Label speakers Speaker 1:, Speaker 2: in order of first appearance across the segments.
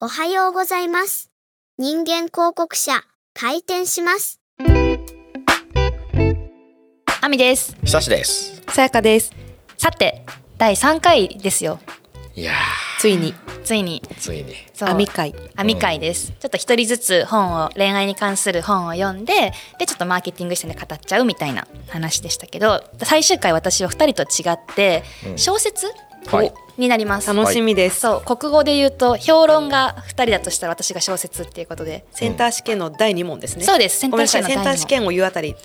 Speaker 1: おはようございます。人間広告社、開店します。
Speaker 2: あみです。
Speaker 3: 久しです
Speaker 4: さやかです。
Speaker 2: さて、第3回ですよ。
Speaker 3: いや
Speaker 4: ついに
Speaker 2: ついに。
Speaker 3: ーついに
Speaker 2: そう
Speaker 4: 網会。
Speaker 2: 網会です。ちょっと一人ずつ本を、恋愛に関する本を読んで、で、ちょっとマーケティング視点で語っちゃうみたいな話でしたけど、最終回私は2人と違って、
Speaker 3: うん
Speaker 2: 小説、
Speaker 3: はい
Speaker 2: になります。
Speaker 4: 楽しみです。
Speaker 2: そう、国語で言うと、評論が2人だとしたら私が小説っていうことで。
Speaker 4: センター試験の第二問ですね。
Speaker 2: そうですセンター
Speaker 4: ごめん
Speaker 2: 試
Speaker 4: な
Speaker 2: 験
Speaker 4: さ
Speaker 2: の
Speaker 4: い。センター試験を言うあたり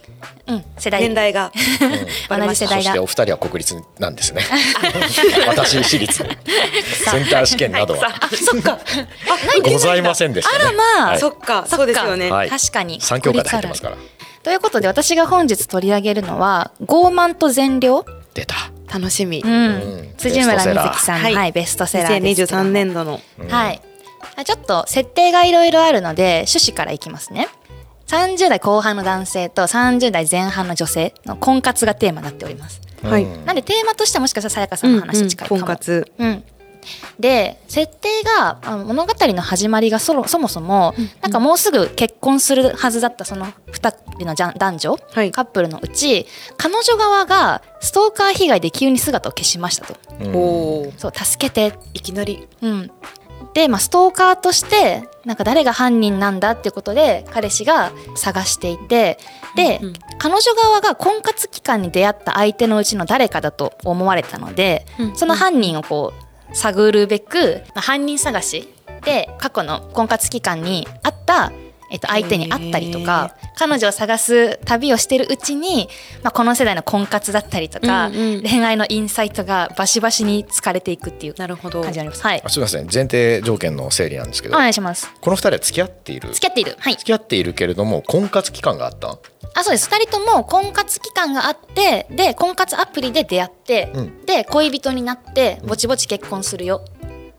Speaker 2: うん、世代。
Speaker 4: 年 代が
Speaker 2: 同じ世
Speaker 3: そ
Speaker 2: 代
Speaker 3: して
Speaker 2: だ
Speaker 3: お。二人は国立なんで すね私私立センター試験などは
Speaker 2: あ、そっか。
Speaker 3: ございませんでしたね
Speaker 2: あらまあ
Speaker 3: はい
Speaker 4: そっかそうですよね。
Speaker 3: はい
Speaker 2: 確かに。
Speaker 3: 三教科で入ってますから
Speaker 2: ということで私が本日取り上げるのは「傲慢と善良」
Speaker 3: 出た
Speaker 4: 楽しみ。
Speaker 3: ん
Speaker 2: 辻村瑞希さんの、
Speaker 4: ベストセラー
Speaker 2: はい
Speaker 4: はい
Speaker 2: ベストセラーですけど
Speaker 4: 2023年度の
Speaker 2: はいあちょっと設定がいろいろあるので趣旨からいきますね30代後半の男性と30代前半の女性の婚活がテーマになっております
Speaker 4: はい。
Speaker 2: なんでテーマとしてはもしかしたらさやかさんの話に近いかも、
Speaker 4: 婚活。
Speaker 2: うん、で設定があの物語の始まりがそろそもそも、なんかもうすぐ結婚するはずだったその2人のじゃん男女、
Speaker 4: はい
Speaker 2: カップルのうち彼女側がストーカー被害で急に姿を消しましたと
Speaker 3: うん
Speaker 4: おお。
Speaker 2: そう助けて、
Speaker 4: いきなり
Speaker 2: うん、で、まあ、ストーカーとしてなんか誰が犯人なんだっていうことで彼氏が探していてで、
Speaker 4: うん
Speaker 2: 彼女側が婚活期間に出会った相手のうちの誰かだと思われたので、
Speaker 4: うん
Speaker 2: その犯人をこう探るべく、まあ犯人探しで過去の婚活期間にあった、えっと、相手に会ったりとか、彼女を探す旅をしてるうちに、まあ、この世代の婚活だったりとか、
Speaker 4: うんうん
Speaker 2: 恋愛のインサイトがバシバシに疲れていくっていう
Speaker 4: なるほど。
Speaker 2: 感じがあります。はい
Speaker 3: あすみません前提条件の整理なんですけ
Speaker 2: お
Speaker 3: ど
Speaker 2: 願いします。
Speaker 3: この二人は付き合っている
Speaker 2: 付き合っている。はい。
Speaker 3: 付き合っているけれども婚活期間があった
Speaker 2: あ、そうです。二人とも婚活期間があって、で、婚活アプリで出会って、
Speaker 3: うん
Speaker 2: で、恋人になって、ぼちぼち結婚するよ。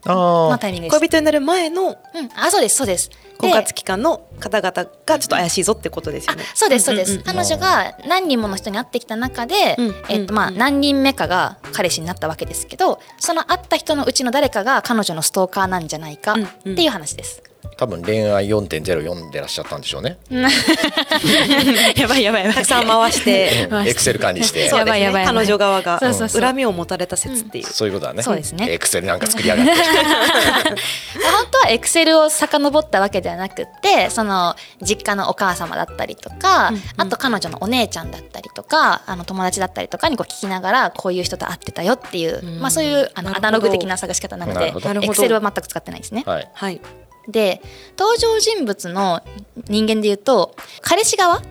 Speaker 2: の
Speaker 3: あ
Speaker 2: タイミングです。
Speaker 4: 恋人になる前
Speaker 2: う
Speaker 4: の
Speaker 2: ん、あ、そうです、そうです。で
Speaker 4: 婚活期間の方々がちょっと怪しいぞってことですよ
Speaker 2: あ
Speaker 4: ね。
Speaker 2: そうですそうです、
Speaker 4: うんうん
Speaker 2: 彼女が何人もの人に会ってきた中で、
Speaker 4: うん
Speaker 2: えっとまあ、
Speaker 4: うん
Speaker 2: 何人目かが彼氏になったわけですけどその会った人のうちの誰かが彼女のストーカーなんじゃないか
Speaker 4: うん
Speaker 2: っていう話 です。
Speaker 3: 多分恋愛4.0読んでらっしゃったんでしょうね
Speaker 2: やばいやばいやば
Speaker 4: たくさん回して。
Speaker 3: エクセル管理して
Speaker 4: そう
Speaker 2: や
Speaker 4: です
Speaker 2: ばいやばい
Speaker 4: ね。
Speaker 2: やばい
Speaker 4: 彼女側が
Speaker 2: そうそうそう
Speaker 4: 恨みを持たれた説っていう。
Speaker 3: そういうことだね
Speaker 2: そうですね
Speaker 3: エクセルなんか作り上がって
Speaker 2: 本当はエクセルを遡ったわけではなくってその実家のお母様だったりとか、
Speaker 4: うんうん
Speaker 2: あと彼女のお姉ちゃんだったりとかあの友達だったりとかにこう聞きながらこういう人と会ってたよっていう、
Speaker 4: うん
Speaker 2: まあ、そういうあの
Speaker 4: なるほど
Speaker 2: アナログ的な探し方なの
Speaker 3: な
Speaker 2: で
Speaker 3: るほど
Speaker 4: なる
Speaker 2: エ
Speaker 4: ほ
Speaker 2: ク
Speaker 4: ど
Speaker 2: セルは全く使ってないですね。
Speaker 3: はい
Speaker 4: はい。
Speaker 2: で登場人物の人間で言うと彼氏側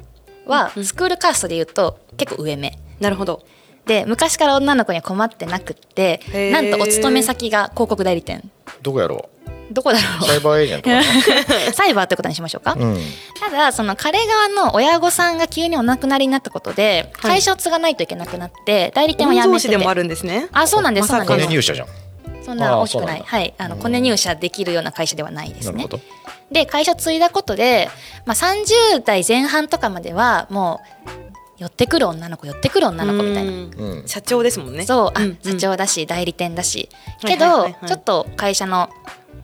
Speaker 2: は
Speaker 4: うん
Speaker 2: スクールカーストで言うと結構上目
Speaker 4: なるほど。
Speaker 2: で昔から女の子には困ってなくって
Speaker 4: へー
Speaker 2: なんとお勤め先が広告代理店
Speaker 3: どこやろ
Speaker 2: どこだ
Speaker 3: うサイバーエージェントか
Speaker 2: ろ うサイバーってことにしましょうか、
Speaker 3: なうん
Speaker 2: ただその彼側の親御さんが急にお亡くなりになったことで
Speaker 4: はい
Speaker 2: 会社を継がないといけなくなって代理店を辞
Speaker 4: 御
Speaker 2: めて
Speaker 4: 曹司
Speaker 2: て
Speaker 4: でもあるんですね。
Speaker 2: あそうなんですそうな
Speaker 4: ま
Speaker 2: ん
Speaker 4: さか
Speaker 2: で
Speaker 3: 金
Speaker 4: の
Speaker 2: す
Speaker 3: 入社じゃん
Speaker 2: そんな大きく
Speaker 3: あーそう
Speaker 2: な
Speaker 3: ないんだ
Speaker 2: はいあのコネ入社できるような会社ではないです
Speaker 3: なる
Speaker 2: ね
Speaker 3: ほど
Speaker 2: で会社継いだことで、まあ、30代前半とかまではもう寄ってくる女の子寄ってくる女の子みたいな。
Speaker 4: な
Speaker 3: うん
Speaker 4: 社長ですもんね。
Speaker 2: そうあ、
Speaker 4: うん
Speaker 2: 社長だし代理店だし
Speaker 4: はい
Speaker 2: け
Speaker 4: はい
Speaker 2: ど、
Speaker 4: はいはい
Speaker 2: ちょっと会社の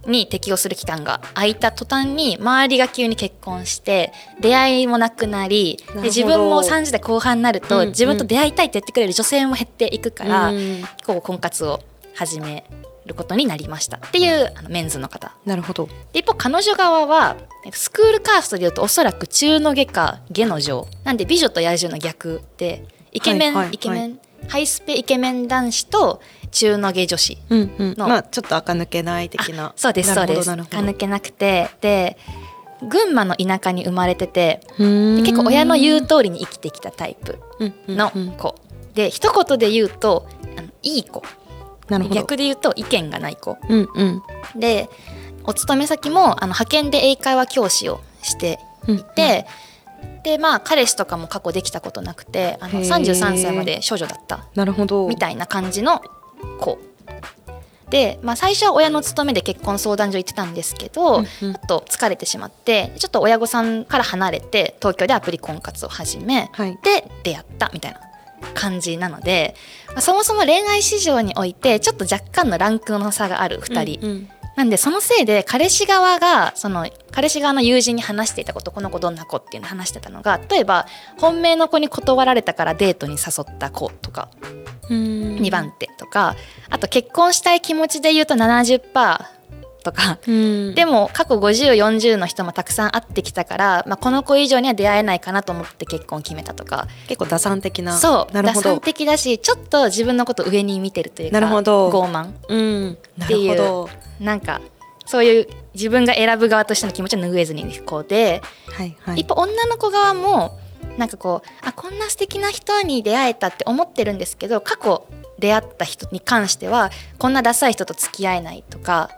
Speaker 2: に適応する期間が空いた途端に周りが急に結婚して出会いもなくなり
Speaker 4: なるほど
Speaker 2: で自分も30代後半になると、
Speaker 4: うんうん
Speaker 2: 自分と出会いたいって言ってくれる女性も減っていくから、
Speaker 4: うん
Speaker 2: こう婚活を始めることになりましたっていうあのメンズの方
Speaker 4: なるほど。
Speaker 2: で一方彼女側はえっとスクールカーストでいうとおそらく中の下か下の上なんで美女と野獣の逆でイケメン、
Speaker 4: はいはい
Speaker 2: イケメン、ハイスペイケメン男子と中の下女子
Speaker 4: うんうん。
Speaker 2: の
Speaker 4: まあちょっと垢抜けない的な
Speaker 2: あ。そうですそ
Speaker 4: な
Speaker 2: う
Speaker 4: る
Speaker 2: で
Speaker 4: ほど
Speaker 2: す
Speaker 4: なる
Speaker 2: 垢
Speaker 4: ほど
Speaker 2: 抜けなくてで群馬の田舎に生まれててで
Speaker 4: で
Speaker 2: 結構親の言う通りに生きてきたタイプの子、で一言で言うとあのいい子
Speaker 4: なるほど。
Speaker 2: 逆で言うと意見がない子
Speaker 4: うんうん
Speaker 2: でお勤め先もあの派遣で英会話教師をしていて、でまあ彼氏とかも過去できたことなくてあの
Speaker 4: へー
Speaker 2: 33歳まで少女だった
Speaker 4: なるほど。
Speaker 2: みたいな感じの子で、まあ、最初は親の勤めで結婚相談所行ってたんですけど、
Speaker 4: うんうん
Speaker 2: ちょっと疲れてしまってちょっと親御さんから離れて東京でアプリ婚活を始め、
Speaker 4: はい
Speaker 2: で出会ったみたいな感じなので、まあ、そもそも恋愛市場においてちょっと若干のランクの差がある2人
Speaker 4: うんうん
Speaker 2: なんでそのせいで彼氏側がその彼氏側の友人に話していたことこの子どんな子っていうのを話してたのが例えば本命の子に断られたからデートに誘った子とか2
Speaker 4: 2
Speaker 2: 番手とかあと結婚したい気持ちで言うと70%とかで
Speaker 4: も
Speaker 2: も過去5040の人もたくさん会ってきたから、まあ、この子以上には出会えないかなと思って結婚を決めたとか
Speaker 4: 結構打算的な
Speaker 2: そう
Speaker 4: なるほ
Speaker 2: 打算
Speaker 4: ど
Speaker 2: 的だしちょっと自分のこと上に見てるというか
Speaker 4: なるほど
Speaker 2: 傲慢
Speaker 4: うんなるほど
Speaker 2: なんかそういう自分が選ぶ側としての気持ちを拭えずに行こうで、
Speaker 4: はいは
Speaker 2: 一方女の子側もなんかこうあこんな素敵な人に出会えたって思ってるんですけど過去出会った人に関してはこんなダサい人と付き合えないとか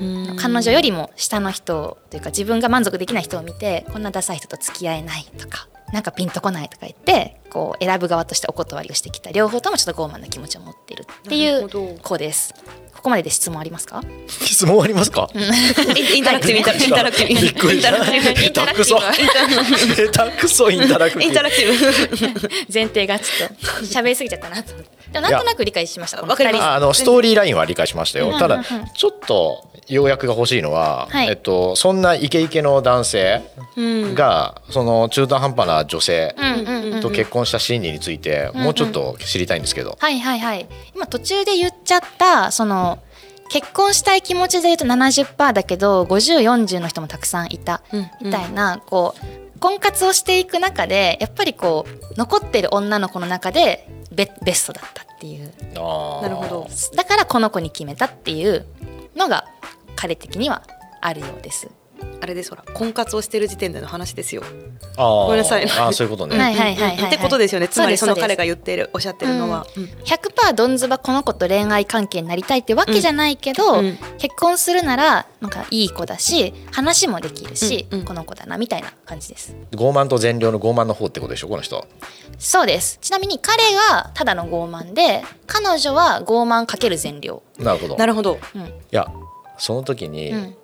Speaker 4: うん
Speaker 2: 彼女よりも下の人というか自分が満足できない人を見てこんなダサい人と付き合えないとかなんかピンとこないとか言ってこう選ぶ側としてお断りをしてきた両方ともちょっと傲慢な気持ちを持ってるってい
Speaker 4: な
Speaker 2: う
Speaker 4: るほど
Speaker 2: 子です。ここまでで質問ありますか？
Speaker 3: 質問ありますか
Speaker 4: インインタラクティブインタラインタラクティブ
Speaker 3: びっくりした
Speaker 2: インタラクティブ
Speaker 3: 下手くそインタラクテ
Speaker 4: インタ
Speaker 3: ィ
Speaker 4: ラクティ
Speaker 2: 前提がちょっと喋りすぎちゃったなと思って。でもなんとなく理解しました。
Speaker 4: いや
Speaker 2: この二人
Speaker 4: わかり
Speaker 3: ブ
Speaker 4: ま
Speaker 3: あのストーリーラインは理解しました
Speaker 2: うん
Speaker 3: よた
Speaker 2: うん
Speaker 3: だ
Speaker 2: うん
Speaker 3: ちょっと要約が欲しいのは、
Speaker 2: はい
Speaker 3: えっと、そんなイケイケの男性
Speaker 4: ブうん
Speaker 3: が、その中途半端な女性
Speaker 2: うんうんうん。
Speaker 3: と結婚した心理について、もうちょっと知りたいんですけど、
Speaker 2: はいはいはい。今途中で言っちゃったその結婚したい気持ちで言うと70%だけど5040の人もたくさんいた
Speaker 4: うん
Speaker 2: みたいな、こう婚活をしていく中でやっぱりこう残ってる女の子の中でベベストだったっていう
Speaker 3: あー
Speaker 4: なるほど
Speaker 2: だからこの子に決めたっていうのが彼的にはあるようです。
Speaker 4: あれですほら婚活をしてる時点での話ですよ
Speaker 3: あー
Speaker 4: ごめんなさい
Speaker 3: あーそういうことね、
Speaker 2: はいはいはいはいはい
Speaker 4: ってことですよねつまり
Speaker 2: そ
Speaker 4: そう
Speaker 2: で
Speaker 4: の
Speaker 2: す
Speaker 4: 彼が言っているおっしゃってるのはうん
Speaker 2: 100%どんずばこの子と恋愛関係になりたいってわけじゃないけど、
Speaker 4: うん
Speaker 2: 結婚するならなんかいい子だし話もできるし、
Speaker 4: うんうん
Speaker 2: この子だなみたいな感じです
Speaker 3: 傲慢と善良の傲慢の方ってことでしょこの人
Speaker 2: そうですちなみに彼がただの傲慢で彼女は傲慢かける善良、
Speaker 3: なるほど
Speaker 4: なるほど
Speaker 2: うん
Speaker 3: いやその時に、
Speaker 2: うん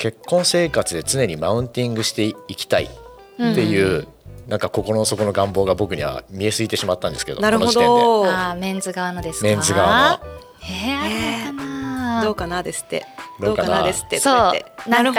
Speaker 3: 結婚生活で常にマウンティングしていきたいっていう、なんか心の底の願望が僕には見えすぎてしまったんですけど
Speaker 4: なるほ
Speaker 3: この
Speaker 4: ど
Speaker 2: あーメンズ側のですか
Speaker 3: メンズ側の
Speaker 2: えー、あるのかな
Speaker 4: どうかなですって
Speaker 3: ど
Speaker 4: ど
Speaker 3: う
Speaker 4: う
Speaker 3: か
Speaker 4: か
Speaker 3: な
Speaker 4: なですって
Speaker 2: そ
Speaker 4: とか言って
Speaker 2: うなん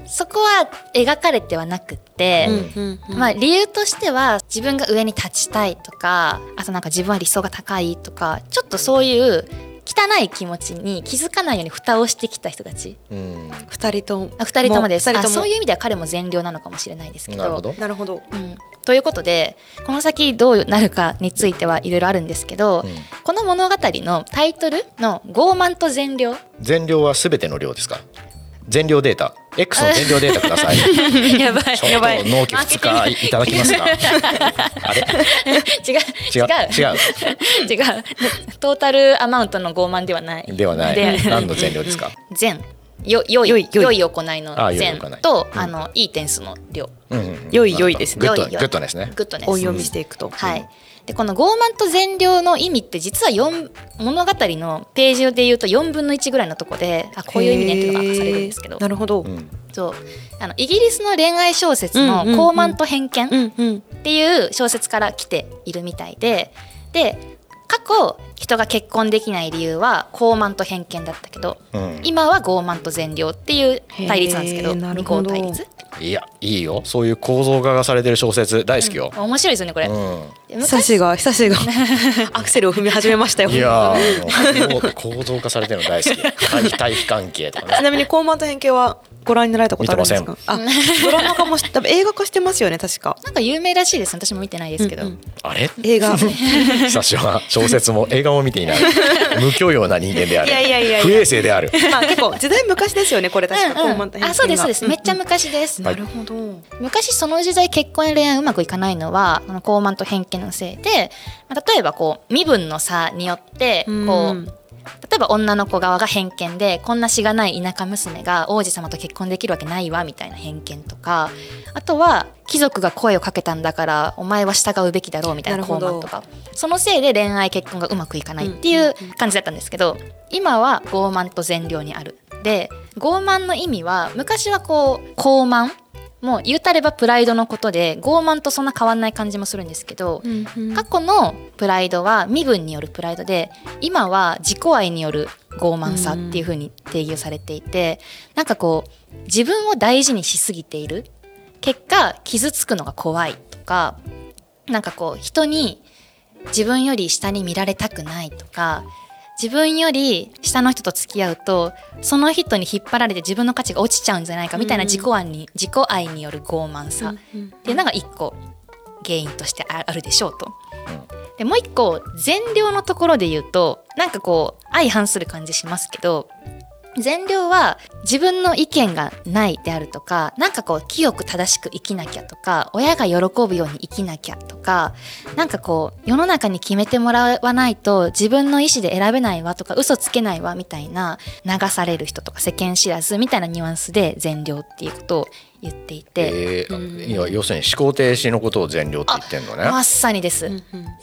Speaker 2: かそこは描かれてはなくって、
Speaker 3: う
Speaker 4: うんうんうん
Speaker 2: まあ、理由としては自分が上に立ちたいとかあとなんか自分は理想が高いとかちょっとそういう汚い気持ちに気づかないように蓋をしてきた人たち
Speaker 3: 時点で、
Speaker 4: 二人とも
Speaker 2: あ二人ともです
Speaker 4: 二人とも
Speaker 2: あそういう意味では彼も善良なのかもしれないですけ
Speaker 3: うん、
Speaker 2: ど
Speaker 3: なるほど、
Speaker 4: なるほど
Speaker 2: うん、ということでこの先どうなるかについてはいろいろあるんですけど、
Speaker 3: うん
Speaker 2: この物語のタイトルの「傲慢と善 良」
Speaker 3: 全量はすべての量ですか全量データ X の全量データください
Speaker 2: やばい
Speaker 3: ちょっと納期2日いただ きますかあれ
Speaker 2: 違う
Speaker 3: 違
Speaker 2: 違
Speaker 3: う
Speaker 2: う
Speaker 3: 違う
Speaker 2: 違うトータルアマウントの傲慢ではない
Speaker 3: ではない
Speaker 2: で
Speaker 3: 何の全量ですか
Speaker 2: 善よよい良
Speaker 4: 良い
Speaker 2: い
Speaker 4: 良い
Speaker 2: 行いの
Speaker 3: あ良い
Speaker 2: 善
Speaker 3: 行い
Speaker 2: と
Speaker 3: うん
Speaker 2: あのいい点数の量
Speaker 3: うんうんうん
Speaker 4: 良い良いですね
Speaker 3: グッド
Speaker 2: 良い良い
Speaker 3: グッドですね
Speaker 2: グッドネ
Speaker 4: 音
Speaker 2: ス。
Speaker 4: 読みしていくと
Speaker 2: はい、でこの傲慢と善良の意味って実は四物語のページで言うと4分の1ぐらいのとこであこういう意味ねっていうのが明かされるんですけ
Speaker 4: へ
Speaker 2: ど
Speaker 4: ーなるほど
Speaker 3: うん
Speaker 2: そうあのイギリスの恋愛小説の「
Speaker 4: うんうんうん
Speaker 2: 傲慢と偏見」
Speaker 4: うんうん
Speaker 2: っていう小説から来ているみたいでで過去人が結婚できない理由は傲慢と偏見だったけど
Speaker 3: うん
Speaker 2: 今は傲慢と善良っていう対立なんですけ
Speaker 4: へ
Speaker 2: ど
Speaker 4: ーなる
Speaker 2: 二
Speaker 4: ほ
Speaker 2: 項
Speaker 4: ど
Speaker 2: 対立
Speaker 3: いやいいよそういう構造化がされてる小説大好きよ、
Speaker 2: 面白いですよねこれ、
Speaker 3: うん
Speaker 2: 昔
Speaker 4: 久しが久しが アクセルを踏み始めましたよ
Speaker 3: いやーもう構造化されてるの大好 き対対比関係とか
Speaker 4: ち
Speaker 3: ね
Speaker 4: なみに高慢と変形はご覧になられたことあるんです
Speaker 3: 見
Speaker 4: かあドラマ化もし多分映画化してますよね確か
Speaker 2: なんか有名らしいです私も見てないですけど、
Speaker 4: うんうん
Speaker 3: あれ
Speaker 4: 映画
Speaker 3: 久しは小説も映画も見ていない無教養な人間である
Speaker 4: いやいやいやいや
Speaker 3: 不衛生である
Speaker 4: まあ結 構時代昔ですよねこれ確か高慢と偏見は
Speaker 2: あそうですそうです、めっちゃ昔です、
Speaker 3: はい
Speaker 4: なるほど
Speaker 2: 昔その時代結婚や恋愛うまくいかないのはこの傲慢と偏見のせいで、まあ、例えばこう身分の差によってこう、
Speaker 4: うん
Speaker 2: 例えば女の子側が偏見でこんなしがない田舎娘が王子様と結婚できるわけないわみたいな偏見とかあとは貴族が声をかけたんだからお前は従うべきだろうみたい
Speaker 4: な
Speaker 2: な
Speaker 4: るほ
Speaker 2: 傲
Speaker 4: ど
Speaker 2: 慢とかそのせいで恋愛結婚がうまくいかないっていう感じだったんですけど今は傲慢と善良にある。で傲慢の意味は昔はこう傲慢もう言うたればプライドのことで傲慢とそんな変わんない感じもするんですけど、過去のプライドは身分によるプライドで今は自己愛による傲慢さっていう風に定義をされていて、なんかこう自分を大事にしすぎている結果傷つくのが怖いとかなんかこう人に自分より下に見られたくないとか自分より下の人と付き合うとその人に引っ張られて自分の価値が落ちちゃうんじゃないかみたいな自己愛に,、自己愛による傲慢さっていうのが一個原因としてああるでしょうと。でもう一個善良のところで言うとなんかこう相反する感じしますけど善良は自分の意見がないであるとかなんかこう清く正しく生きなきゃとか親が喜ぶように生きなきゃとかなんかこう世の中に決めてもらわないと自分の意思で選べないわとか嘘つけないわみたいな流される人とか世間知らずみたいなニュアンスで善良っていうことを言っていて、
Speaker 3: えーいや要するに思考停止のことを善良って言ってんのね、
Speaker 2: まさにです。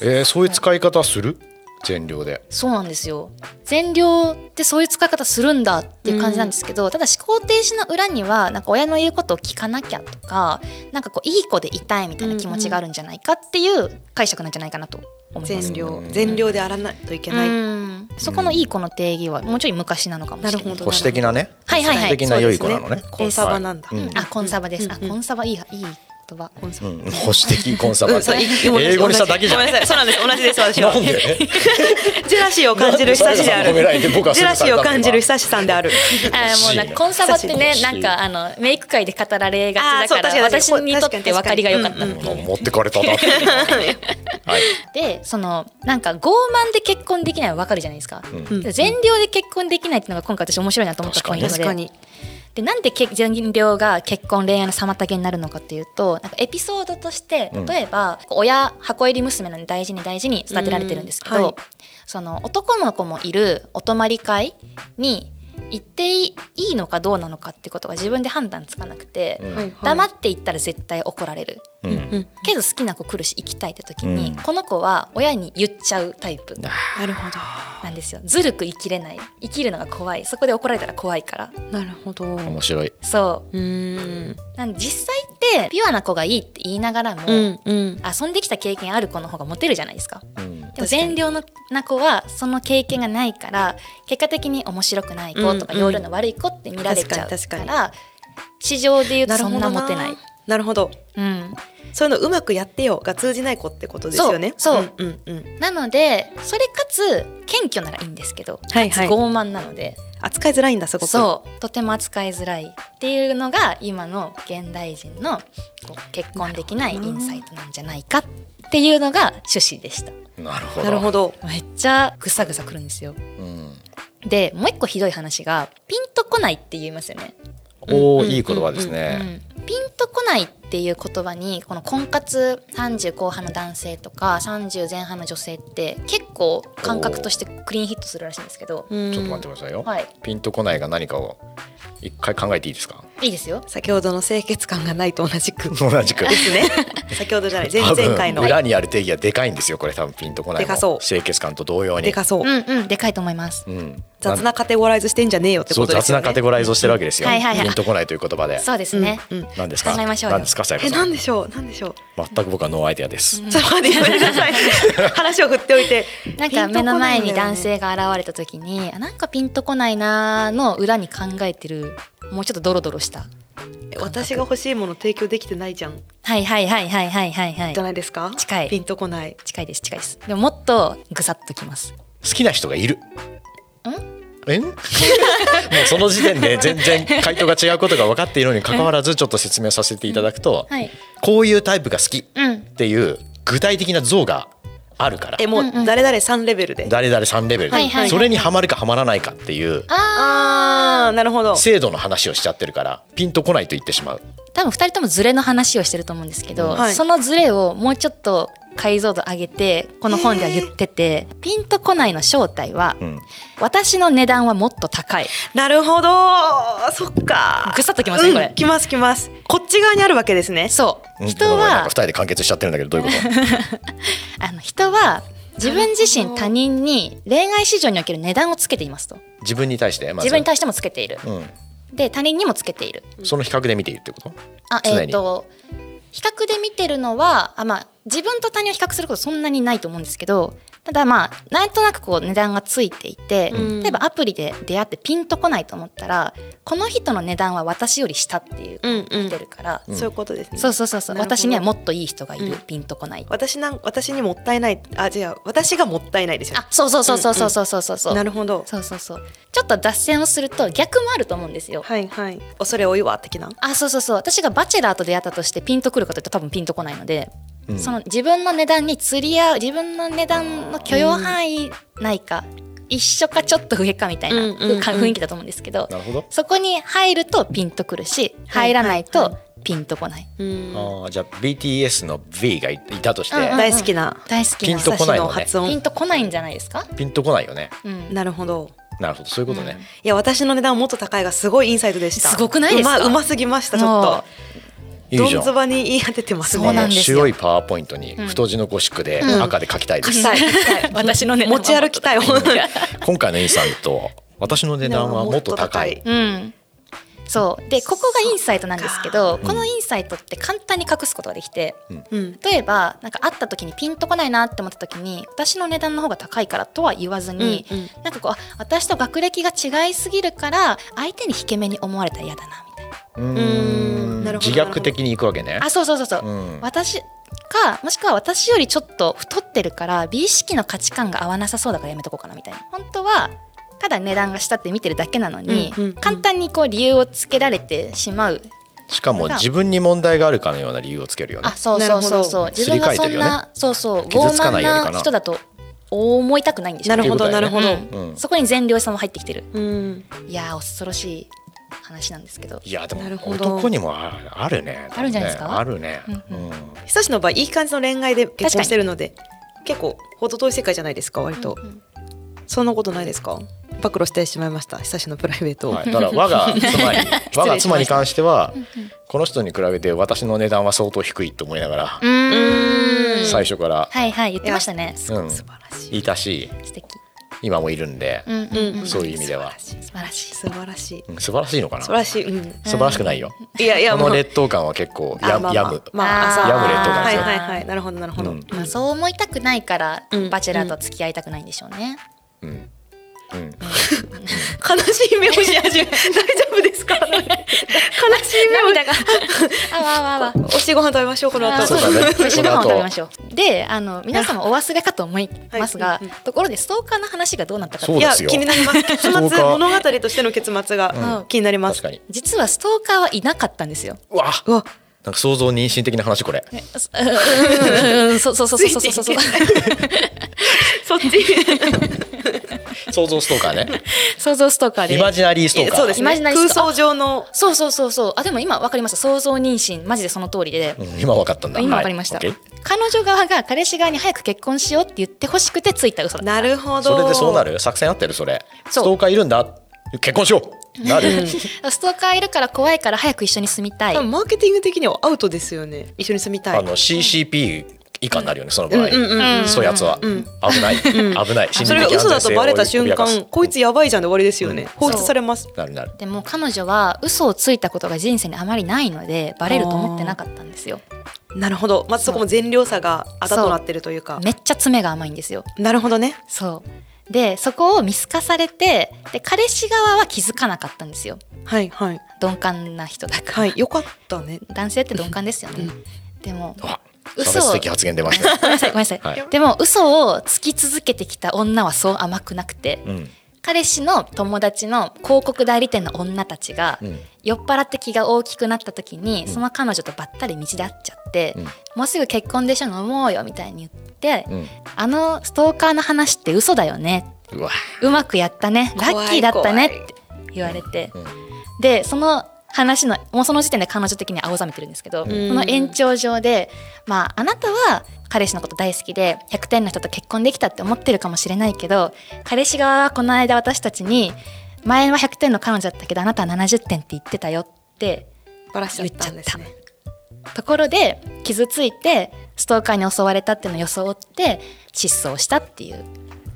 Speaker 3: えーそういう使い方する善良で
Speaker 2: そうなんですよ善良ってそういう使い方するんだっていう感じなんですけど、ただ思考停止の裏にはなんか親の言うことを聞かなきゃとかなんかこういい子でいたいみたいな気持ちがあるんじゃないかっていう解釈なんじゃないかなと思います。
Speaker 4: 善良善良であらないといけない、
Speaker 2: うんそこのいい子の定義はもうちょい昔なのかもしれない。
Speaker 4: なるほど
Speaker 3: 保守的なね
Speaker 2: はいはいはい
Speaker 3: 保守的な良い子なの
Speaker 4: そう
Speaker 3: ね
Speaker 4: ですねコンサバなんだ
Speaker 3: はいうん
Speaker 2: あコンサバです。あ
Speaker 4: うんうん
Speaker 2: コンサバいいいい言葉。
Speaker 4: コンサ
Speaker 3: う
Speaker 4: バ
Speaker 3: ん、保守的コンサバ
Speaker 4: うんそうい
Speaker 3: 英語にしただけじゃん
Speaker 4: ごめんなさいそうなんです同じです私は
Speaker 3: なんで
Speaker 4: ジェラシーを感じる久しであ
Speaker 3: なんでなんで褒められて
Speaker 4: る
Speaker 3: 僕は
Speaker 4: ジ
Speaker 3: そ
Speaker 4: ェ
Speaker 3: れ
Speaker 4: ラ
Speaker 3: さ
Speaker 4: シ
Speaker 3: れた
Speaker 4: ー
Speaker 3: の
Speaker 4: を
Speaker 3: か
Speaker 4: 感じる久しさんである
Speaker 2: あもうなんかコンサバってねなんかあのメイク界で語られがちだから
Speaker 4: あー
Speaker 2: 私
Speaker 4: そう確かに
Speaker 2: にとって分かりが良かった
Speaker 4: 確かに確かにうんうん
Speaker 3: 持ってかれたなはい
Speaker 2: でそのなんか傲慢で結婚できないは分かるじゃないですか、
Speaker 4: ん
Speaker 2: で善良で結婚できないっていうのが今回私面白いなと思ったポイント
Speaker 4: 確か
Speaker 2: で
Speaker 4: に
Speaker 2: でなんでけ善良が結婚恋愛の妨げになるのかっていうとなんかエピソードとして
Speaker 3: うん
Speaker 2: 例えば、親箱入り娘なんで大事に大事に育てられてるんですけど、
Speaker 4: うんはい
Speaker 2: その男の子もいるお泊まり会に行っていいのかどうなのかってことが自分で判断つかなくて、
Speaker 3: うん
Speaker 2: 黙って行ったら絶対怒られる。
Speaker 3: う
Speaker 4: うんん
Speaker 2: けど好きな子来るし行きたいって時に、
Speaker 3: うん
Speaker 2: この子は親に言っちゃうタイプ
Speaker 4: なるほど
Speaker 2: なんですよずるく生きれない生きるのが怖いそこで怒られたら怖いから
Speaker 4: なるほど
Speaker 3: 面白い
Speaker 2: そう
Speaker 4: うん
Speaker 2: なんで実際ってピュアな子がいいって言いながらも、
Speaker 4: うんうん
Speaker 2: 遊んできた経験ある子の方がモテるじゃないですか
Speaker 3: うん
Speaker 2: でも善良のな子はその経験がないから結果的に面白くない子とか、
Speaker 4: うんうん
Speaker 2: 容量の悪い子って見られちゃう
Speaker 4: 確か
Speaker 2: か
Speaker 4: に確
Speaker 2: ら市場で言うと
Speaker 4: なる
Speaker 2: そ
Speaker 4: ほ
Speaker 2: ん
Speaker 4: ど
Speaker 2: なモテない
Speaker 4: なるほど
Speaker 2: うん、
Speaker 4: そういうのうまくやってよが通じない子ってことですよね
Speaker 2: そうそ
Speaker 4: うんうんうん
Speaker 2: なのでそれかつ謙虚ならいいんですけど、
Speaker 4: はいは
Speaker 2: か
Speaker 4: い
Speaker 2: つ傲慢なので
Speaker 4: 扱いづらいんだすごく
Speaker 2: そうとても扱いづらいっていうのが今の現代人のこう結婚できないインサイトなんじゃないかっていうのが趣旨でした
Speaker 3: なるほど
Speaker 4: なるほど
Speaker 2: めっちゃぐさぐさくるんですよ
Speaker 3: うん
Speaker 2: でもう一個ひどい話がピンとこないって言いますよね、
Speaker 3: おー
Speaker 4: うん
Speaker 3: いい言葉ですね
Speaker 2: うん、ピンとこないっていう言葉にこの婚活30後半の男性とか30前半の女性って結構感覚としてクリーンヒットするらしいんですけど
Speaker 4: ちょ
Speaker 3: ちょっと待ってくださいよ
Speaker 2: はい
Speaker 3: ピンとこないが何かを一回考えていいですか
Speaker 2: いいですよ
Speaker 4: 先ほどの清潔感がないと同じく
Speaker 3: 同じく
Speaker 4: ですね先ほどじゃない前
Speaker 3: 多分
Speaker 4: 前回の
Speaker 3: 裏にある定義はでかいんですよこれ多分ピンとこないの
Speaker 4: でかそう
Speaker 3: 清潔感と同様に
Speaker 4: でかそう、
Speaker 2: うんうんでかいと思います
Speaker 3: うん
Speaker 4: 雑なカテゴライズしてんじゃねえよって
Speaker 3: そ
Speaker 4: こ
Speaker 3: う
Speaker 4: とです
Speaker 3: 雑
Speaker 4: よ
Speaker 3: な
Speaker 4: ね
Speaker 3: カテゴライズをしてるわけですよ
Speaker 2: はいはいはい
Speaker 3: ピンとこないという言葉で
Speaker 2: そうですね、
Speaker 4: うんうん
Speaker 3: 何ですか
Speaker 2: 考えましょうよ
Speaker 3: 何ですかさやか
Speaker 4: え
Speaker 3: さ
Speaker 4: なんんでしょうなんでしょう
Speaker 3: 全く僕はノーアイデアです
Speaker 4: ちょっと待ってやめてください 話を振っておいて
Speaker 2: なんか目の前に男性が現れた時に「あなんかピンとこないな」の裏に考えてるもうちょっとドロドロした
Speaker 4: え私が欲しいもの提供できてないじゃん
Speaker 2: はいはいはいはいはいはいはい
Speaker 4: じゃないですか
Speaker 2: 近い
Speaker 4: ピンとこない
Speaker 2: 近いです近いですでももっとぐさっときます
Speaker 3: 好きな人がいる。え んもうその時点で全然回答が違うことが分かっているのに関わらずちょっと説明させていただくと、
Speaker 2: はい
Speaker 3: こういうタイプが好きっ
Speaker 2: うん
Speaker 3: ていう具体的な像があるから
Speaker 4: えもう誰々3レベルで、
Speaker 3: 誰々3レベルで、
Speaker 2: はいはいはい
Speaker 3: それにはまるかはまらないかっていう
Speaker 4: ああなるほど
Speaker 3: 制度の話をしちゃってるからピンとこないと言ってしまう。
Speaker 2: 多分2人ともズレの話をしてると思うんですけど、
Speaker 4: はい
Speaker 2: そのズレをもうちょっと解像度上げてこの本では言っててピンとこないの正体は、
Speaker 3: うん
Speaker 2: 私の値段はもっと高い
Speaker 4: なるほどそっか
Speaker 2: ぐさっときますねこれ
Speaker 4: うんきますきますこっち側にあるわけですね
Speaker 2: そう人
Speaker 3: うんなんか
Speaker 2: は
Speaker 3: 2人で完結しちゃってるんだけどどういう こと
Speaker 2: あの人は自分自身他人に恋愛市場における値段をつけていますと
Speaker 3: 自分に対してまず
Speaker 2: 自分に対してもつけている
Speaker 3: うん
Speaker 2: で他人にもつけている
Speaker 3: その比較で見ているってこと
Speaker 2: あ
Speaker 3: 常に
Speaker 2: えっ、と比較で見てるのはあ、まあ、自分と他人を比較することそんなにないと思うんですけどただまあなんとなくこう値段がついていて、
Speaker 4: うん
Speaker 2: 例えばアプリで出会ってピンとこないと思ったらこの人の値段は私より下っていう
Speaker 4: うんう
Speaker 2: 出るから、
Speaker 3: うん
Speaker 4: そういうことですね。
Speaker 2: そうそうそうそう
Speaker 4: なるほど
Speaker 2: 私にはもっといい人がいる、
Speaker 4: うん
Speaker 2: ピンとこない
Speaker 4: 私なん私にもったいないあ違う私がもったいないですよ。
Speaker 2: あそうそうそうそうそうそうそうそうそう
Speaker 4: なるほど。
Speaker 2: そうそうそうちょっと脱線をすると逆もあると思うんですよ、
Speaker 4: はいはい。恐れ多いわ的な。
Speaker 2: あそうそうそう私がバチェラーと出会ったとしてピンとくるかというと多分ピンとこないので、
Speaker 3: うん
Speaker 2: その自分の値段に釣り合う自分の値段の許容範囲内か、一緒かちょっと上かみたいな
Speaker 4: うんうんうん
Speaker 2: か雰囲気だと思うんですけど、
Speaker 3: なるほど
Speaker 2: そこに入るとピンとくるし入らない
Speaker 4: はい
Speaker 2: と
Speaker 4: は
Speaker 2: ピンとこない、
Speaker 4: うん
Speaker 3: あーじゃあ BTS の V がいいたとして、
Speaker 2: うんうん
Speaker 4: 大好きな
Speaker 2: 大好きな
Speaker 3: ピンとこないのね
Speaker 4: 私発
Speaker 2: ピ
Speaker 4: 音
Speaker 2: ン。とこないんじゃないですか、
Speaker 3: ピンとこないよね
Speaker 2: うん、
Speaker 4: なるほど。
Speaker 3: なるほどそういうことね、
Speaker 4: いや私の値段もっと高いがすごいインサイトでした。
Speaker 2: すごくないですか
Speaker 4: うまうますぎましたちょっ
Speaker 2: も
Speaker 4: と
Speaker 2: う。
Speaker 3: いい
Speaker 4: ど
Speaker 3: じゃ
Speaker 4: ん
Speaker 3: ん
Speaker 4: ずばに言い当ててますね。
Speaker 2: そうなんですよ
Speaker 3: 白いパワーポイントに太字のゴシックで赤で書きたいです、
Speaker 4: たい
Speaker 2: 私の値 段
Speaker 4: 持
Speaker 2: は
Speaker 4: ち歩 きたい本当に。
Speaker 3: 今回のインさんと私の値段はもっと高 い。
Speaker 2: うん、そうでここがインサイトなんですけど
Speaker 3: か
Speaker 2: このインサイトって簡単に隠すことができて
Speaker 4: うん。
Speaker 2: 例えばなんか会った時にピンとこないなって思った時に私の値段の方が高いからとは言わずに、
Speaker 4: うんうん
Speaker 2: なんかこうあ私と学歴が違いすぎるから相手に引け目に思われたら嫌だなみたいな
Speaker 3: うー
Speaker 4: ん
Speaker 3: ん
Speaker 4: なるほど
Speaker 3: 自虐的にいくわけね
Speaker 2: あそうそうそうそう、
Speaker 3: うん
Speaker 2: 私かもしくは私よりちょっと太ってるから美意識の価値観が合わなさそうだからやめとこうかなみたいな本当はただ値段がしたって見てるだけなのに、
Speaker 4: うんうんうん
Speaker 2: 簡単にこう理由をつけられてしまう
Speaker 3: しかも自分に問題があるかのような理由をつけるよね
Speaker 2: あそうそうそうそう
Speaker 4: な
Speaker 2: 自分がそん
Speaker 3: すり替えてるよ
Speaker 2: な、
Speaker 3: ね
Speaker 2: そうそう傲
Speaker 3: 傷つかな
Speaker 2: 慢
Speaker 3: いようにかな
Speaker 2: な人だと思いたくないんでしょ
Speaker 4: な
Speaker 2: うね
Speaker 4: るほどなるほ
Speaker 3: う
Speaker 4: ど。
Speaker 3: ん
Speaker 2: そこに善良さも入ってきてる
Speaker 4: うん。
Speaker 2: いやー恐ろしい話なんですけど
Speaker 3: いやでも
Speaker 4: なるほど
Speaker 3: 男にもあるあるね
Speaker 2: あるんじゃないですか
Speaker 3: あるね
Speaker 2: うんう
Speaker 4: 久しの場合いい感じの恋愛で結婚してるので結構程遠い世界じゃないですか割と、
Speaker 2: うん
Speaker 4: そんなことないですか暴露してしまいました久しのプライベート
Speaker 3: う
Speaker 4: を、
Speaker 3: んはいだから我 が妻に我が妻に関しては
Speaker 2: うん
Speaker 3: この人に比べて私の値段は相当低いと思いながら
Speaker 2: うーん
Speaker 3: 最初から
Speaker 2: はいはい言ってましたね
Speaker 4: す
Speaker 2: 素
Speaker 4: ご
Speaker 3: う
Speaker 4: い
Speaker 3: ん
Speaker 4: 素晴らしい、
Speaker 3: いたし
Speaker 2: 敵
Speaker 3: 今もいるんで
Speaker 2: うんうんうん
Speaker 3: そういう意味では
Speaker 4: 素
Speaker 2: 素晴らしい
Speaker 4: 晴らしい
Speaker 3: うん素晴らしいのかな
Speaker 4: 素晴
Speaker 3: 素
Speaker 4: らしい、うん、
Speaker 3: 晴らしくないよ
Speaker 4: いやいや
Speaker 3: こ
Speaker 4: も
Speaker 3: の
Speaker 4: う
Speaker 3: 劣等感は結構や
Speaker 4: あまあまあ
Speaker 3: やむ
Speaker 4: まあ
Speaker 2: あー
Speaker 4: そう
Speaker 3: やむ劣等感
Speaker 4: は
Speaker 3: です
Speaker 4: い
Speaker 3: よ
Speaker 4: はいはいなるほどなるほど、
Speaker 3: うん
Speaker 2: まあそう思いたくないから
Speaker 4: うん
Speaker 2: バチェラーと付き合いたくないんでしょうね
Speaker 3: うんうん
Speaker 4: 悲しい目をし 始め大丈夫ですか悲しい目を
Speaker 2: 涙があわあわあわ
Speaker 4: おしご飯食べましょうこの
Speaker 2: あー
Speaker 4: 後
Speaker 3: そうだね
Speaker 2: 美味しいご飯を
Speaker 3: こ
Speaker 2: 食
Speaker 3: の後
Speaker 2: べましょうであの皆様お忘れかと思いますが
Speaker 4: はいうん
Speaker 2: ところでストーカーの話がどうなったかと
Speaker 3: そう
Speaker 4: い
Speaker 3: で
Speaker 4: や
Speaker 3: すよ
Speaker 4: 気になります結 末
Speaker 3: そうか
Speaker 4: 物語としての結末が気になります、
Speaker 3: 確かに
Speaker 2: 実はストーカーはいなかったんですよ。
Speaker 3: うわ
Speaker 4: うわ
Speaker 3: なんか想像妊娠的な話これ
Speaker 2: そうそうそうそうそうそうそう。
Speaker 4: そっち
Speaker 3: 想像ストーカー ね
Speaker 2: 想像ストーカー
Speaker 3: イ
Speaker 2: で。
Speaker 3: マジナリーストーカー
Speaker 4: そうです
Speaker 2: イマ
Speaker 4: ね
Speaker 2: ジナリス
Speaker 4: 空
Speaker 2: ト
Speaker 4: 想上の
Speaker 2: そうそうそうそう。あでも今わかりました。想像妊娠マジでその通りで。
Speaker 3: うん今わかったんだ
Speaker 2: 今わかりました、
Speaker 3: はい OK
Speaker 2: 彼女側が彼氏側に早く結婚しようって言ってほしくてついた嘘だ
Speaker 4: なるほど
Speaker 3: それでそうなる作戦あってるそれ
Speaker 2: そう
Speaker 3: ストーカーいるんだ結婚しようなる
Speaker 2: ストーカーいるから怖いから早く一緒に住みたい
Speaker 4: 多分マーケティング的にはアウトですよね一緒に住みたい
Speaker 3: あの CCP 以下になるよねその場合
Speaker 4: うんうんうんうん
Speaker 3: そういうやつは
Speaker 4: うん
Speaker 3: 危ない危ない心
Speaker 4: それ
Speaker 3: 理
Speaker 4: が
Speaker 3: 的安
Speaker 4: 嘘
Speaker 3: 全
Speaker 4: だと
Speaker 3: 性を
Speaker 4: バレた瞬
Speaker 3: 脅かす
Speaker 4: 間こいつやばいじゃんで終わりですよね、
Speaker 3: うん
Speaker 4: 放出されます
Speaker 3: なるなる
Speaker 2: でも彼女は嘘をついたことが人生にあまりないのでバレると思ってなかったんですよ
Speaker 4: なるほどまずそこも善良さがあだとなってるというか
Speaker 2: めっちゃ爪が甘いんですよ
Speaker 4: なるほどね
Speaker 2: そうでそこを見透かされてで彼氏側は気づかなかったんですよ
Speaker 4: はいはい
Speaker 2: 鈍感な人だから、
Speaker 4: はいよかったね
Speaker 2: 男性って鈍感ですよね、
Speaker 4: う
Speaker 2: でも
Speaker 3: うわ差
Speaker 2: 嘘をご
Speaker 3: 別的発言出ま したよ
Speaker 2: めんなさいごめんなさい、
Speaker 3: はい
Speaker 2: でも嘘をつき続けてきた女はそう甘くなくて、
Speaker 3: うん
Speaker 2: 彼氏の友達の広告代理店の女たちが、
Speaker 3: うん
Speaker 2: 酔っ払って気が大きくなった時に、
Speaker 3: ん
Speaker 2: その彼女とばったり道で会っちゃって、
Speaker 3: うん
Speaker 2: もうすぐ結婚でしょ飲もうよみたいに言って、
Speaker 3: うん
Speaker 2: あのストーカーの話って嘘だよね
Speaker 3: うわ
Speaker 2: うまくやったねラ
Speaker 4: 怖い
Speaker 2: ッキーだったねっ
Speaker 4: 怖い
Speaker 2: て言われて、
Speaker 3: うん
Speaker 2: でその話のもうその時点で彼女的には青ざめてるんですけど、
Speaker 4: ん
Speaker 2: その延長上で、まあ、あなたは彼氏のこと大好きで100点の人と結婚できたって思ってるかもしれないけど彼氏側はこの間私たちに「前は100点の彼女だったけどあなたは70点って言ってたよ」って
Speaker 4: バラしちゃったんですね
Speaker 2: ところで傷ついてストーカーに襲われたっていうのを装って失踪したっていう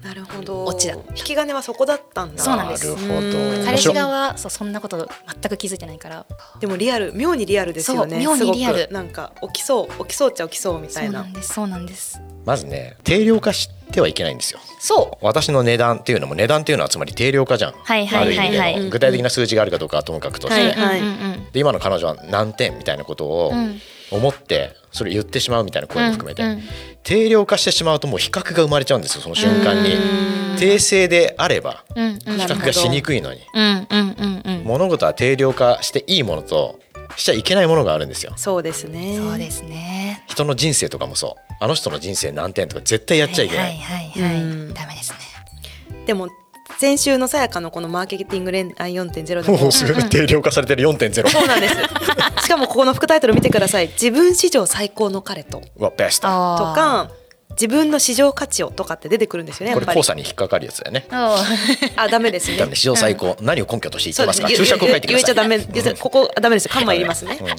Speaker 4: なるほど
Speaker 2: オチだ
Speaker 4: 引き金はそこだったんだ
Speaker 2: そうなんです
Speaker 3: なるほど
Speaker 4: う
Speaker 2: 彼
Speaker 4: ん
Speaker 2: 氏
Speaker 3: 面白い
Speaker 2: 側はそうそんなこと全く気づいてないから
Speaker 4: でもリアル妙にリアルですよね
Speaker 2: そう妙にリアル
Speaker 4: すごくなんか起きそう起きそうっちゃ起きそうみた
Speaker 2: そう
Speaker 4: い
Speaker 2: な
Speaker 4: なん
Speaker 2: ですそうなんです
Speaker 3: まずね定量化してはいけないんですよ
Speaker 2: そ
Speaker 3: 私の値段っていうのも値段っていうのはつまり定量化じゃん、
Speaker 2: はいはいはいはい
Speaker 3: ある意味での具体的な数字があるかどうかはともかくとして、
Speaker 2: う
Speaker 4: はいはい
Speaker 2: うんうん
Speaker 3: で今の彼女は何点みたいなことを
Speaker 2: うん
Speaker 3: 思ってそれ言ってしまうみたいな声も含めて、
Speaker 2: うんうん
Speaker 3: 定量化してしまうともう比較が生まれちゃうんですよその瞬間に
Speaker 2: うん
Speaker 3: 訂正であれば
Speaker 2: うんうんうん
Speaker 3: 比較がしにくいのに
Speaker 2: うんうんうんうん
Speaker 3: 物事は定量化していいものとしちゃいけないものがあるんですよ
Speaker 4: そうですね
Speaker 2: そうですすね
Speaker 3: 人の人生とかもそうあの人の人生何点とか絶対やっちゃいけない、
Speaker 2: はいはいはい、
Speaker 4: うん
Speaker 2: ダメですね
Speaker 4: でも先週のさやかのこのマーケティング恋愛4.0
Speaker 3: も
Speaker 4: でも
Speaker 3: うすごい定量化されてる4.0
Speaker 4: そうなんですしかもここの副タイトル見てください自分史上最高の彼と
Speaker 3: はベスト
Speaker 4: と
Speaker 2: あ
Speaker 4: か自分の市場価値をとかって出てくるんですよねや
Speaker 3: こ
Speaker 4: っ
Speaker 3: れ
Speaker 4: ぱり
Speaker 3: 交差に引っかかるやつだよね
Speaker 2: ー
Speaker 4: あダメですね
Speaker 3: だって史上最高、何を根拠として言ってますか
Speaker 4: 言
Speaker 3: 注釈を書いてください
Speaker 4: 言えちゃダメ言えちゃここダメですよカンマいりますね、
Speaker 3: うん
Speaker 4: っ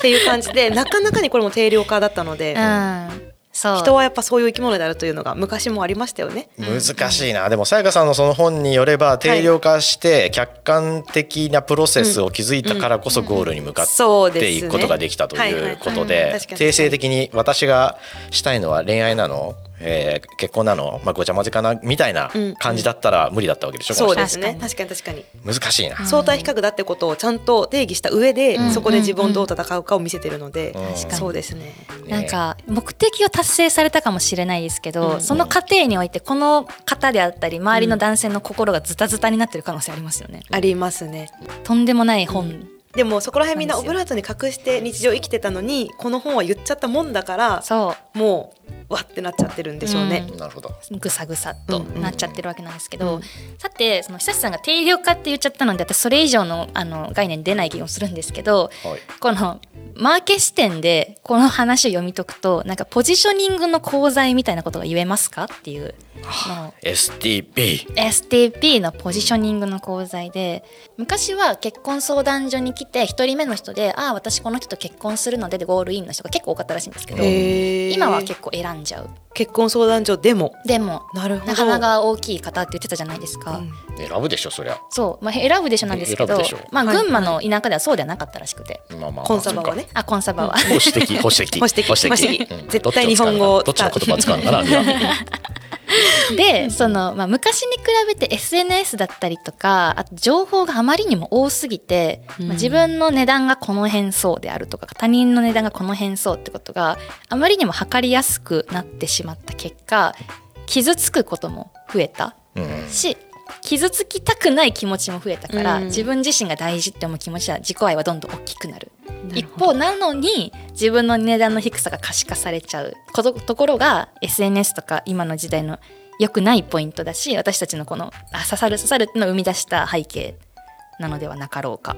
Speaker 4: ていう感じでなかなかにこれも定量化だったので、
Speaker 2: うんそう
Speaker 4: 人はやっぱそういう生き物であるというのが昔もありましたよね
Speaker 3: 難しいなでもさやかさんのその本によれば定量化して客観的なプロセスを築いたからこそゴールに向か
Speaker 4: そう
Speaker 3: って
Speaker 4: です
Speaker 3: い
Speaker 4: ね
Speaker 3: くことができたと
Speaker 4: はい
Speaker 3: い
Speaker 4: はいう
Speaker 3: こと
Speaker 4: うん
Speaker 3: で
Speaker 4: 確かに
Speaker 3: 定性的に私がしたいのは恋愛なの、えー結婚なの、まあ、ごちゃ混ぜかなみたいな
Speaker 4: うん
Speaker 3: 感じだったら無理だったわけでしょ、
Speaker 4: そう
Speaker 3: この
Speaker 4: ですね確かに確かに
Speaker 3: 人難しいな。
Speaker 4: 相対比較だってことをちゃんと定義した上で、
Speaker 2: うん
Speaker 4: そこで自分をどう戦うかを見せてるので、
Speaker 3: うん確かに
Speaker 4: そうですね
Speaker 3: ね
Speaker 2: なんか目的を達成されたかもしれないですけど、
Speaker 4: うん
Speaker 2: その過程においてこの方であったり周りの男性の心がズタズタになってる可能性ありますよね、
Speaker 4: ありますね
Speaker 2: とんでもない本、
Speaker 4: でもそこら辺みんなオブラートに隠して日常生きてたのにこの本は言っちゃったもんだから
Speaker 2: そ
Speaker 4: もうわってなっちゃってるんでしょうね、
Speaker 3: なるほど
Speaker 2: うぐさぐさっとなっちゃってるわけなんですけど、
Speaker 4: うん
Speaker 2: さてその久志さんが定量化って言っちゃったので私それ以上のあの概念出ない気もするんですけど
Speaker 3: はい
Speaker 2: このマーケ視点でこの話を読み解くとなんかポジショニングの功罪みたいなことが言えますかっていうのを
Speaker 3: STP
Speaker 2: STP のポジショニングの講座で昔は結婚相談所に来て1人目の人で「ああ私この人と結婚するので」でゴールインの人が結構多かったらしいんですけど、
Speaker 4: へー
Speaker 2: 今は結構選んじゃう
Speaker 4: 結婚相談所でも
Speaker 2: でも
Speaker 4: なるほど
Speaker 2: なかなか大きい方って言ってたじゃないですか、
Speaker 4: うん
Speaker 3: 選ぶでしょそりゃ
Speaker 2: そう、まあ、選ぶでしょなんですけ
Speaker 3: 選
Speaker 2: ど
Speaker 3: ぶでしょ
Speaker 2: まあ、
Speaker 4: はい
Speaker 2: 群馬の田舎ではそうではなかったらしくて、
Speaker 3: まあまあまあ
Speaker 4: コンサバはね
Speaker 2: あコンサバは、
Speaker 3: 保守的保守的
Speaker 4: 保守的
Speaker 3: 保守的
Speaker 4: 保守的
Speaker 3: うん
Speaker 4: 絶対日本語を
Speaker 3: どっちの言葉を使うのかなあれは
Speaker 2: でその、まあ、昔に比べて SNS だったりとかあと情報があまりにも多すぎて、
Speaker 4: うん
Speaker 2: まあ自分の値段がこの辺そうであるとか他人の値段がこの辺そうってことがあまりにも測りやすくなってしまった結果傷つくことも増えた
Speaker 3: うん
Speaker 2: し傷つきたくない気持ちも増えたから、
Speaker 4: うん
Speaker 2: 自分自身が大事って思う気持ちは自己愛はどんどん大きくなる
Speaker 4: なる
Speaker 2: 一方なのに自分の値段の低さが可視化されちゃうことところが SNS とか今の時代の良くないポイントだし私たちのこのあ刺さる刺さるってのを生み出した背景なのではなかろうか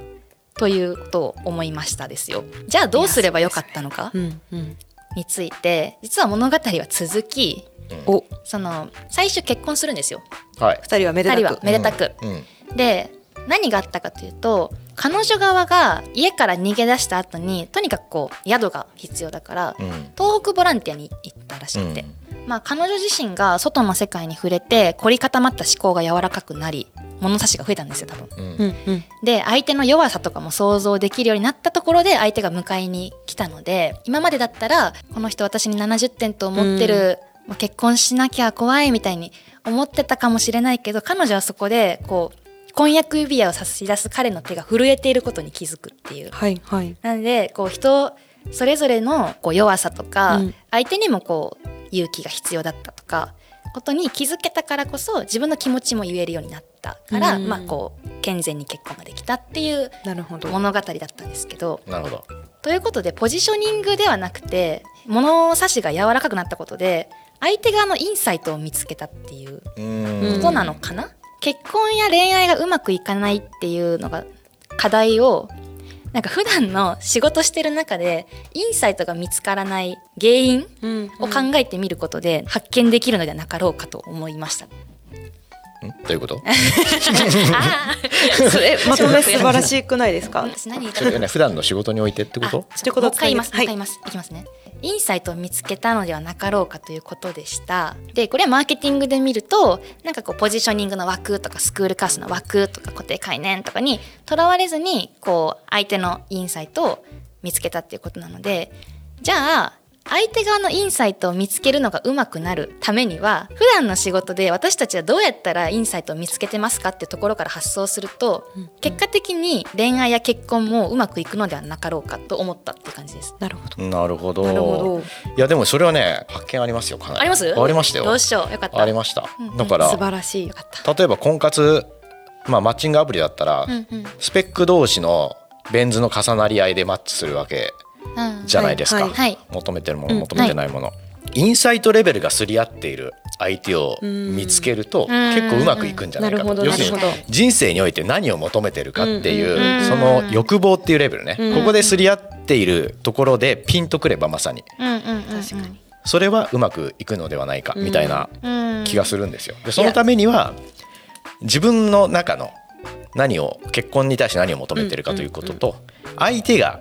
Speaker 2: ということを思いましたですよじゃあどうすればよかったのか
Speaker 4: うんうん
Speaker 2: について実は物語は続き
Speaker 4: お
Speaker 2: その最初結婚するんですよ
Speaker 3: はい
Speaker 4: 二人はめで
Speaker 2: 2
Speaker 4: た
Speaker 2: 人
Speaker 4: く
Speaker 2: はめでたく、
Speaker 3: うん
Speaker 2: で何があったかというと彼女側が家から逃げ出した後にとにかくこう宿が必要だから、
Speaker 3: うん
Speaker 2: 東北ボランティアに行ったらしくて、
Speaker 3: うん
Speaker 2: まあ、彼女自身が外の世界に触れて凝り固まった思考が柔らかくなり物差しが増えたんですよ多分。
Speaker 3: うん
Speaker 4: うんうん
Speaker 2: で相手の弱さとかも想像できるようになったところで相手が迎えに来たので今までだったらこの人私に70点と思ってる、もう結婚しなきゃ怖いみたいに思ってたかもしれないけど彼女はそこでこう婚約指輪を差し出す彼の手が震えていることに気づくっていう。
Speaker 4: はいはい
Speaker 2: なのでこう人それぞれのこう弱さとか、
Speaker 4: うん
Speaker 2: 相手にもこう勇気が必要だったとかことに気づけたからこそ自分の気持ちも言えるようになったから、
Speaker 4: うん
Speaker 2: まあ、こう健全に結婚ができたっていう
Speaker 4: なるほど
Speaker 2: 物語だったんですけど。
Speaker 3: なるほど
Speaker 2: ということでポジショニングではなくて物差しが柔らかくなったことで相手側のインサイトを見つけたっていう
Speaker 3: う
Speaker 4: うん
Speaker 2: こと
Speaker 3: ん
Speaker 2: なのかな、結婚や恋愛がうまくいかないっていうのが課題をなんか普段の仕事してる中でインサイトが見つからない原因
Speaker 4: うん
Speaker 2: を考えてみることで発見できるのではなかろうかと思いました。
Speaker 3: んどういうこと
Speaker 4: それまとめ素晴らしくないですか
Speaker 2: 私何言いた
Speaker 3: そ
Speaker 2: かっ
Speaker 3: れね普段の仕事においてってこと
Speaker 4: そういうこ
Speaker 2: たも
Speaker 4: と
Speaker 2: う一回言います、
Speaker 4: は
Speaker 2: もう一回言います、いきますねインサイトを見つけたのではなかろうかということでしたでこれはマーケティングで見るとなんかこうポジショニングの枠とかスクールカーストの枠とか固定概念とかにとらわれずにこう相手のインサイトを見つけたっていうことなのでじゃあ相手側のインサイトを見つけるのがうまくなるためには普段の仕事で私たちはどうやったらインサイトを見つけてますかってところから発想すると結果的に恋愛や結婚もうまくいくのではなかろうかと思ったって感じです。
Speaker 4: なるほど
Speaker 3: なるほど
Speaker 4: なるほ
Speaker 3: いやでもそれはね発見ありますよかなり
Speaker 2: あります
Speaker 3: ありましたよ
Speaker 2: どうしようよかった
Speaker 3: ありました、
Speaker 2: うんうん
Speaker 3: だか
Speaker 4: ど素
Speaker 3: ら
Speaker 4: 晴らしい
Speaker 2: よかった
Speaker 3: 例えば婚活、まあ、マッチングアプリだったら、
Speaker 2: うんうん
Speaker 3: スペック同士のベン図の重なり合いでマッチするわけ
Speaker 2: うん
Speaker 3: じゃないですか、
Speaker 4: はい
Speaker 2: はい
Speaker 3: 求めてるも
Speaker 4: う
Speaker 3: の
Speaker 4: ん
Speaker 3: 求めてないもの、インサイトレベルがすり合っている相手を
Speaker 4: うん
Speaker 3: 見つけると
Speaker 2: ん
Speaker 3: 結構うまくいくんじゃないか
Speaker 4: なるほ
Speaker 3: と
Speaker 4: ど
Speaker 3: 要するに
Speaker 4: なるほど
Speaker 3: 人生において何を求めてるかっていう
Speaker 4: うん
Speaker 2: うん
Speaker 3: その欲望っていうレベルね
Speaker 4: うん
Speaker 3: ここですり合っているところでピンとくればまさに
Speaker 2: うんうんうんうん
Speaker 4: 確かに
Speaker 3: それはうまくいくのではないかみたいな
Speaker 2: うん
Speaker 3: 気がするんですよ。でそのためには自分の中の何を結婚に対して何を求めてるかということと相手が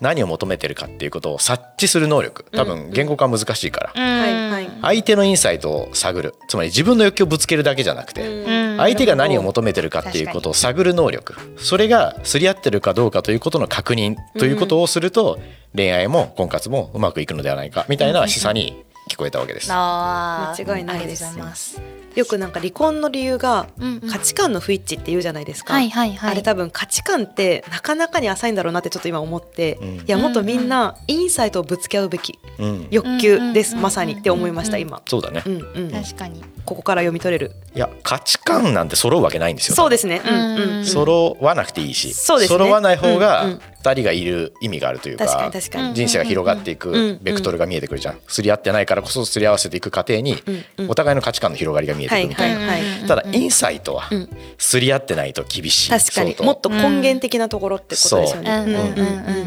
Speaker 3: 何を求めてるかっていうことを察知する能力多分言語化は難しいから
Speaker 2: うん
Speaker 4: はいはい
Speaker 3: 相手のインサイトを探るつまり自分の欲求をぶつけるだけじゃなくて
Speaker 2: うん
Speaker 3: 相手が何を求めてるかっていうことを探る能力それがすり合ってるかどうかということの確認ということをすると恋愛も婚活もうまくいくのではないかみたいな示唆に聞こえたわけです。
Speaker 2: あー
Speaker 4: 間違いないです
Speaker 2: ありがとうございます
Speaker 4: よくなんか離婚の理由が
Speaker 2: うんうん
Speaker 4: 価値観の不一致って言うじゃないですか、
Speaker 2: はいはいはい
Speaker 4: あれ多分価値観ってなかなかに浅いんだろうなってちょっと今思って、
Speaker 3: うん
Speaker 4: いやもっとみんなインサイトをぶつけ合うべき
Speaker 3: うん、
Speaker 4: 欲求です、
Speaker 2: うんうん
Speaker 4: まさにって思いました今、
Speaker 3: そうだね
Speaker 4: うんうん、
Speaker 2: 確かに
Speaker 4: ここから読み取れる
Speaker 3: いや価値観なんて揃うわけないんですよ。
Speaker 4: そうですね、うん
Speaker 2: うん
Speaker 4: うんうん、
Speaker 3: 揃わなくていいし、
Speaker 4: そうですね
Speaker 3: 揃わない方
Speaker 4: うん
Speaker 3: が
Speaker 4: うん
Speaker 3: 二人がいる意味があるというか、
Speaker 4: 確かに確かに
Speaker 3: 人生が広がってい
Speaker 4: うんうんう
Speaker 3: く
Speaker 4: ん
Speaker 3: ベクトルが見えてくるじゃん。すり合ってないからこそすり合わせていく過程に
Speaker 4: うんうん
Speaker 3: お互いの価値観の広がりが見えてくるみたいな。
Speaker 4: はいはい
Speaker 2: うんうんうん
Speaker 3: ただインサイトは
Speaker 4: うん
Speaker 3: すり合ってないと厳しい。
Speaker 4: 確かに
Speaker 3: 相当
Speaker 4: もっと根源的なところってことですよね、
Speaker 2: うんうんうんう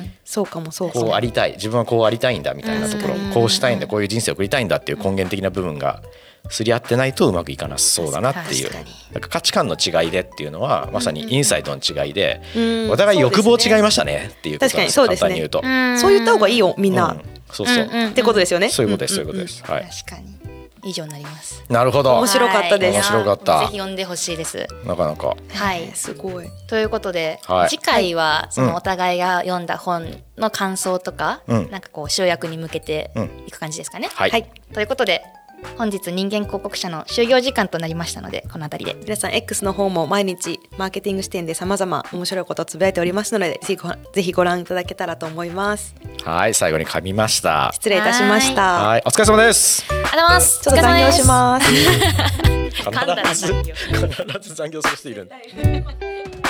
Speaker 2: ん
Speaker 4: そうかもそうか
Speaker 3: こう
Speaker 4: も
Speaker 3: ありたい自分はこうありたいんだみたいなところ
Speaker 4: うん
Speaker 3: こうしたいんだこういう人生を送りたいんだっていう根源的な部分がすり合ってないとうまくいかなそうだなっていう
Speaker 2: 確かに
Speaker 3: だから価値観の違いでっていうのはまさにインサイトの違いで
Speaker 4: うん
Speaker 3: お互い欲望
Speaker 4: そうですね
Speaker 3: 違いましたねっていうことなんです簡
Speaker 4: 確かにそ
Speaker 3: 単
Speaker 4: うですね
Speaker 3: に言うと。
Speaker 2: ん
Speaker 4: そう言った方がいいよみんな、
Speaker 3: うんそうそう、
Speaker 2: うんうん
Speaker 4: ってことですよね、
Speaker 3: そういうことです、そうい
Speaker 4: ん
Speaker 3: うんことです。はい。
Speaker 2: 確かに以上になります
Speaker 3: なるほど
Speaker 4: 面。白かったで
Speaker 2: は
Speaker 4: す
Speaker 2: い
Speaker 3: 面白かった
Speaker 2: ぜひ読んでほしいです
Speaker 3: なかなか。
Speaker 2: はい
Speaker 4: えーすごい
Speaker 2: ということで、
Speaker 3: はい
Speaker 2: 次回はそ
Speaker 3: うん
Speaker 2: のお互いが読んだ本の感想とか、
Speaker 3: うん
Speaker 2: なんかこう集約に向けて
Speaker 3: うん
Speaker 2: いく感じですかね。
Speaker 3: はい。
Speaker 4: はい
Speaker 2: ということで本日人間広告者の就業時間となりましたのでこの辺りで
Speaker 4: 皆さん X の方も毎日マーケティング視点でさまざま面白いことをつぶやいておりますのでぜひごぜひご覧いただけたらと思います
Speaker 3: はい、最後に噛みました。
Speaker 4: 失礼いたしました
Speaker 3: はい、お疲れ様です。
Speaker 2: ありがとうございます
Speaker 4: ちょっと残業し
Speaker 2: す
Speaker 4: ます
Speaker 2: 噛
Speaker 3: 必
Speaker 2: んだら
Speaker 3: ず
Speaker 2: 残業
Speaker 3: 必ず残業する人いる。